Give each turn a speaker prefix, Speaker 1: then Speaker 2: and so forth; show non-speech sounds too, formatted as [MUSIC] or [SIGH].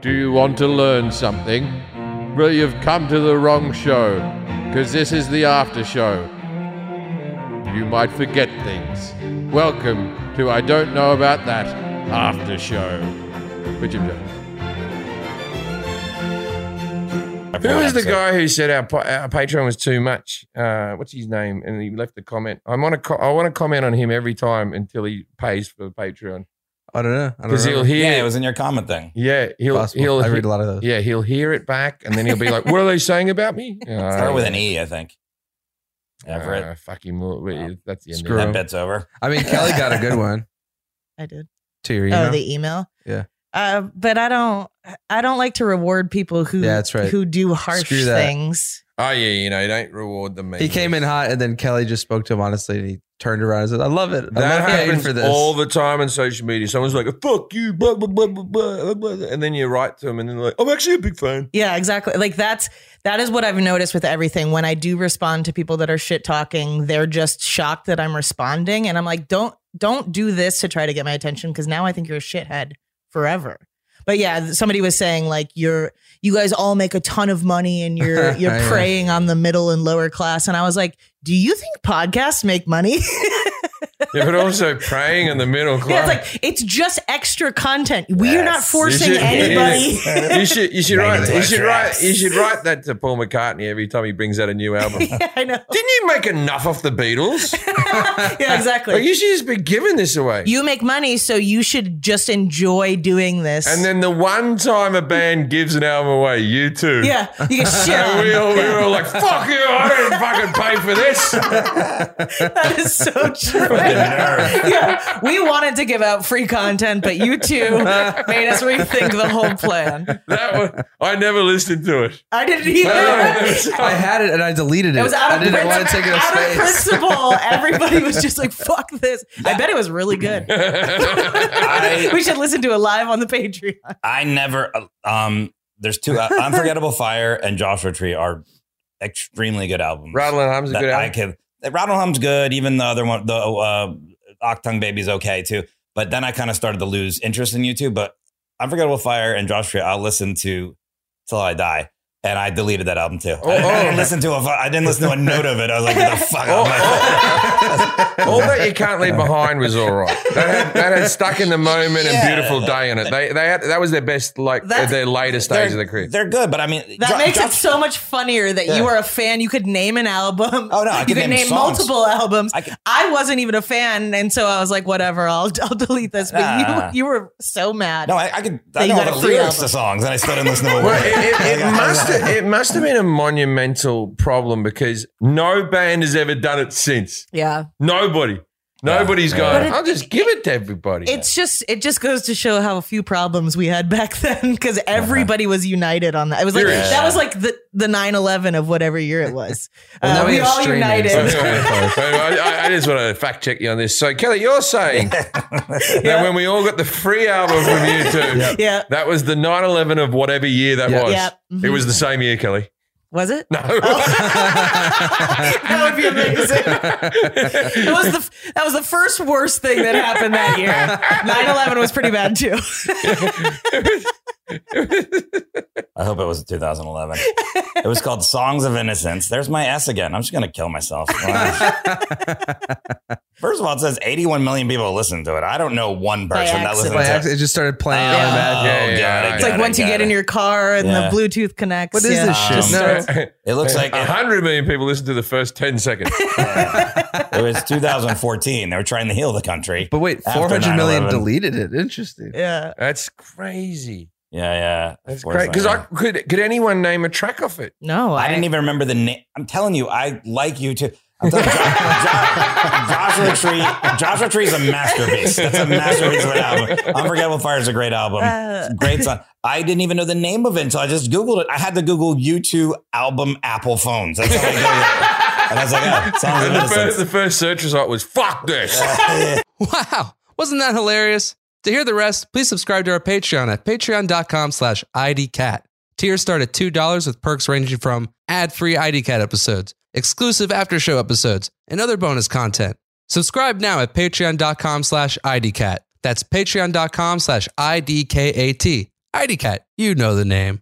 Speaker 1: Do you want to learn something? Well, you've come to the wrong show, because this is the after show. You might forget things. Welcome to I Don't Know About That After Show with Jim Jones.
Speaker 2: Who was the
Speaker 3: That's it.
Speaker 2: guy who said our, pa- our Patreon was too much? Uh, what's his name? And he left a comment. I'm on a co- I want to comment on him every time until he pays for the Patreon
Speaker 4: I don't know. I
Speaker 2: because
Speaker 4: don't
Speaker 2: he'll
Speaker 4: know.
Speaker 2: hear.
Speaker 3: Yeah,
Speaker 2: Yeah,
Speaker 3: it was in your comment thing.
Speaker 2: he'll
Speaker 4: Possible.
Speaker 2: he'll
Speaker 4: I read a lot of those.
Speaker 2: yeah he'll hear it back and then he'll be like, "What are they saying about
Speaker 5: [LAUGHS]
Speaker 2: me?"
Speaker 3: Start with an E, I think. Everett.
Speaker 2: Oh, Uh, fuck him. Well, we-
Speaker 3: Wow.
Speaker 2: That's the end.
Speaker 4: Screw
Speaker 2: of
Speaker 3: that
Speaker 4: him.
Speaker 3: bit's
Speaker 2: [LAUGHS]
Speaker 3: over.
Speaker 4: I mean, Kelly got a good one
Speaker 5: I did.
Speaker 4: to your email.
Speaker 5: [LAUGHS] Oh, the email.
Speaker 4: Yeah.
Speaker 5: Uh, but I don't. I don't like to reward people who.
Speaker 4: Yeah, that's right.
Speaker 5: Who do harsh
Speaker 4: Screw that.
Speaker 5: things.
Speaker 2: it. Oh yeah, you know, don't reward the mean.
Speaker 4: he came in hot, and then Kelly just spoke to him honestly, and he turned around and said, "I love it. I
Speaker 2: That
Speaker 4: love paying
Speaker 2: happens
Speaker 4: for this."
Speaker 2: all the time on social media. Someone's like, "Fuck you," blah blah blah blah blah, blah, blah," and then you write to them, and then like, "I'm actually a big
Speaker 5: [LAUGHS]
Speaker 2: fan."
Speaker 5: Yeah, exactly. Like that's that is what I've noticed with everything. When I do respond to people that are shit talking, they're just shocked that I'm responding, and I'm like, don't don't do this to try to get my attention because now I think you're a shithead forever. But yeah, th- somebody was saying like you're you guys all make a ton of money
Speaker 4: [LAUGHS]
Speaker 5: and you're you're
Speaker 4: Yeah.
Speaker 5: preying on the middle and lower class, and I was like, do you think podcasts make money? [LAUGHS]
Speaker 2: Yeah, but also praying in the middle
Speaker 5: Yeah,
Speaker 2: class.
Speaker 5: it's like it's just extra content. We are not
Speaker 3: Yes.
Speaker 5: forcing
Speaker 2: You should- [LAUGHS]
Speaker 5: anybody.
Speaker 2: you should you should
Speaker 3: Banging
Speaker 2: write you
Speaker 3: black
Speaker 2: should
Speaker 3: tracks.
Speaker 2: write you should write that to Paul McCartney every time he brings out a new
Speaker 5: [LAUGHS]
Speaker 2: album. Didn't
Speaker 5: [LAUGHS] yeah, I know.
Speaker 2: you make enough off the Beatles?
Speaker 5: [LAUGHS] Yeah, exactly.
Speaker 2: Like you should just be giving this away.
Speaker 5: you make money, so you should just enjoy doing this.
Speaker 2: and then the one time a band gives an album away, you too.
Speaker 5: yeah, you get shit.
Speaker 2: And we
Speaker 5: on.
Speaker 2: all, we were all like, fuck you, I didn't fucking pay for this.
Speaker 5: That is so true. [LAUGHS] yeah, we wanted to give out free content, but you two made us rethink the whole plan.
Speaker 2: That one, I never listened to it. [LAUGHS]
Speaker 5: I didn't either.
Speaker 4: [LAUGHS] I had it and I deleted it.
Speaker 5: It was out of,
Speaker 4: I didn't
Speaker 5: principle.
Speaker 4: want to take it up
Speaker 5: out of
Speaker 4: space.
Speaker 5: principle. Everybody was just like, "Fuck this!" I bet it was really good.
Speaker 3: I,
Speaker 5: [LAUGHS] we should listen to it live on the Patreon.
Speaker 3: [LAUGHS] I never, uh, um, there's two, uh, Unforgettable Fire and Joshua Tree are extremely good albums.
Speaker 2: Rattling Hum's a
Speaker 3: that
Speaker 2: good
Speaker 3: I
Speaker 2: album.
Speaker 3: could. that Rattle Hum's good. Even the other one, the uh, Octung Baby's okay too. But then I kind of started to lose interest in YouTube. But Unforgettable Fire and Josh Tree, I'll listen to till I die. And I deleted that album too. I, didn't, I
Speaker 2: oh.
Speaker 3: didn't listen to a, fu- I didn't listen to a note of it. I was like, the
Speaker 5: [LAUGHS]
Speaker 3: fuck. am
Speaker 5: Oh,
Speaker 3: I-"
Speaker 2: All that you can't leave behind was all right. That had, that had stuck in the moment
Speaker 3: Yeah.
Speaker 2: and beautiful day in it. They, they had, that was their best, like
Speaker 5: That's-
Speaker 2: their later stage of the career.
Speaker 3: They're good, but I mean,
Speaker 5: That
Speaker 3: Jo-
Speaker 5: makes it
Speaker 3: Josh-
Speaker 5: so much funnier that you are a fan. You could name an album.
Speaker 3: Oh, no, I
Speaker 5: [LAUGHS] you
Speaker 3: could name
Speaker 5: could name
Speaker 3: songs.
Speaker 5: multiple albums.
Speaker 3: I
Speaker 5: I,
Speaker 3: could-
Speaker 5: wasn't even a fan, and so I was like, whatever, I'll [LAUGHS] I'll delete this. But
Speaker 3: Nah.
Speaker 5: you you were so mad.
Speaker 3: No, I, I could. I
Speaker 5: That you
Speaker 3: know
Speaker 5: got
Speaker 3: the
Speaker 5: a free
Speaker 3: lyrics
Speaker 5: album.
Speaker 3: to songs, and I still didn't listen to a
Speaker 2: Well,
Speaker 3: word.
Speaker 2: it, it, it
Speaker 3: Like, I-
Speaker 2: must have, it must have been a monumental problem because no band has ever done it since.
Speaker 5: yeah,
Speaker 2: Nobody,
Speaker 3: Yeah.
Speaker 2: nobody's
Speaker 3: Yeah.
Speaker 2: going.
Speaker 5: But it-
Speaker 2: I'll just give it to everybody.
Speaker 5: it's just it just goes to show how few problems we had [LAUGHS] back then because everybody was united on that. It was like
Speaker 2: Serious.
Speaker 5: that was like the the nine eleven of whatever year
Speaker 3: [LAUGHS]
Speaker 5: it was.
Speaker 4: Well, now
Speaker 5: Uh,
Speaker 4: we
Speaker 5: we
Speaker 4: have
Speaker 5: all
Speaker 4: streaming,
Speaker 5: united.
Speaker 4: so
Speaker 2: But anyway, I, I- I just want to fact check you on this. So Kelly, you're
Speaker 3: [LAUGHS]
Speaker 2: saying that when we all got the free album from
Speaker 3: [LAUGHS]
Speaker 2: YouTube,
Speaker 5: [LAUGHS] Yeah.
Speaker 2: that was the 9/11 of whatever year that
Speaker 4: Yeah.
Speaker 2: was.
Speaker 5: Yep.
Speaker 2: It was the same year, Kelly.
Speaker 5: Was it?
Speaker 2: No.
Speaker 5: Oh. [LAUGHS] that would be amazing.
Speaker 2: [LAUGHS]
Speaker 5: It was the that was the first worst thing that happened that
Speaker 3: [LAUGHS]
Speaker 5: year. 9-11 was pretty bad too.
Speaker 3: I hope it was 2011. it was called Songs of Innocence. There's my S again. I'm just going to kill myself. Wow. First of all, it says 81 million people listen to it. I don't know one
Speaker 5: By
Speaker 3: person that listens
Speaker 5: accident.
Speaker 3: to
Speaker 4: By
Speaker 3: it.
Speaker 4: accident, it just started playing
Speaker 3: Oh,
Speaker 4: automatic.
Speaker 2: Yeah, yeah,
Speaker 3: got it,
Speaker 2: yeah.
Speaker 3: got
Speaker 5: It's like
Speaker 3: it,
Speaker 5: once you
Speaker 3: got
Speaker 5: get in
Speaker 3: it.
Speaker 5: your car and
Speaker 3: Yeah.
Speaker 5: the Bluetooth connects.
Speaker 4: What is
Speaker 5: yeah.
Speaker 4: this shit?
Speaker 3: Um,
Speaker 4: No,
Speaker 3: It looks like
Speaker 2: A
Speaker 3: it,
Speaker 2: hundred million people listened to the first ten seconds.
Speaker 3: [LAUGHS] it was 2014. They were trying to heal
Speaker 4: [LAUGHS]
Speaker 3: the country.
Speaker 4: but wait,
Speaker 3: After
Speaker 4: four hundred million
Speaker 3: 9/11.
Speaker 4: deleted it. Interesting.
Speaker 5: Yeah.
Speaker 2: That's crazy.
Speaker 3: Yeah, yeah.
Speaker 2: That's
Speaker 3: Of course
Speaker 2: great. Because
Speaker 3: am.
Speaker 2: I could could anyone name a track off it?
Speaker 5: No,
Speaker 3: I
Speaker 5: I,
Speaker 3: didn't even remember the name. I'm telling you, I like you too. I'm telling you, Jo- Jo- Joshua Tree. Joshua Tree is a masterpiece. That's a masterpiece of an album. Unforgettable Fire is a great album.
Speaker 5: Uh,
Speaker 3: It's a great song. I didn't even know the name of it until I just Googled it. I had to Google U2 album Apple Phones. That's how I Googled it. And I was like, oh, Uh, songs of
Speaker 2: And [LAUGHS] the first,
Speaker 3: innocence.
Speaker 2: the first search result was "fuck this."
Speaker 6: [LAUGHS] Wow, wasn't that hilarious? To hear the rest, please subscribe to our Patreon at patreon.com slash IDCat. Tiers start at $2 with perks ranging from ad-free IDCat episodes, exclusive after-show episodes, and other bonus content. Subscribe now at patreon.com slash IDCat. That's patreon.com slash IDKAT. IDCat, you know the name.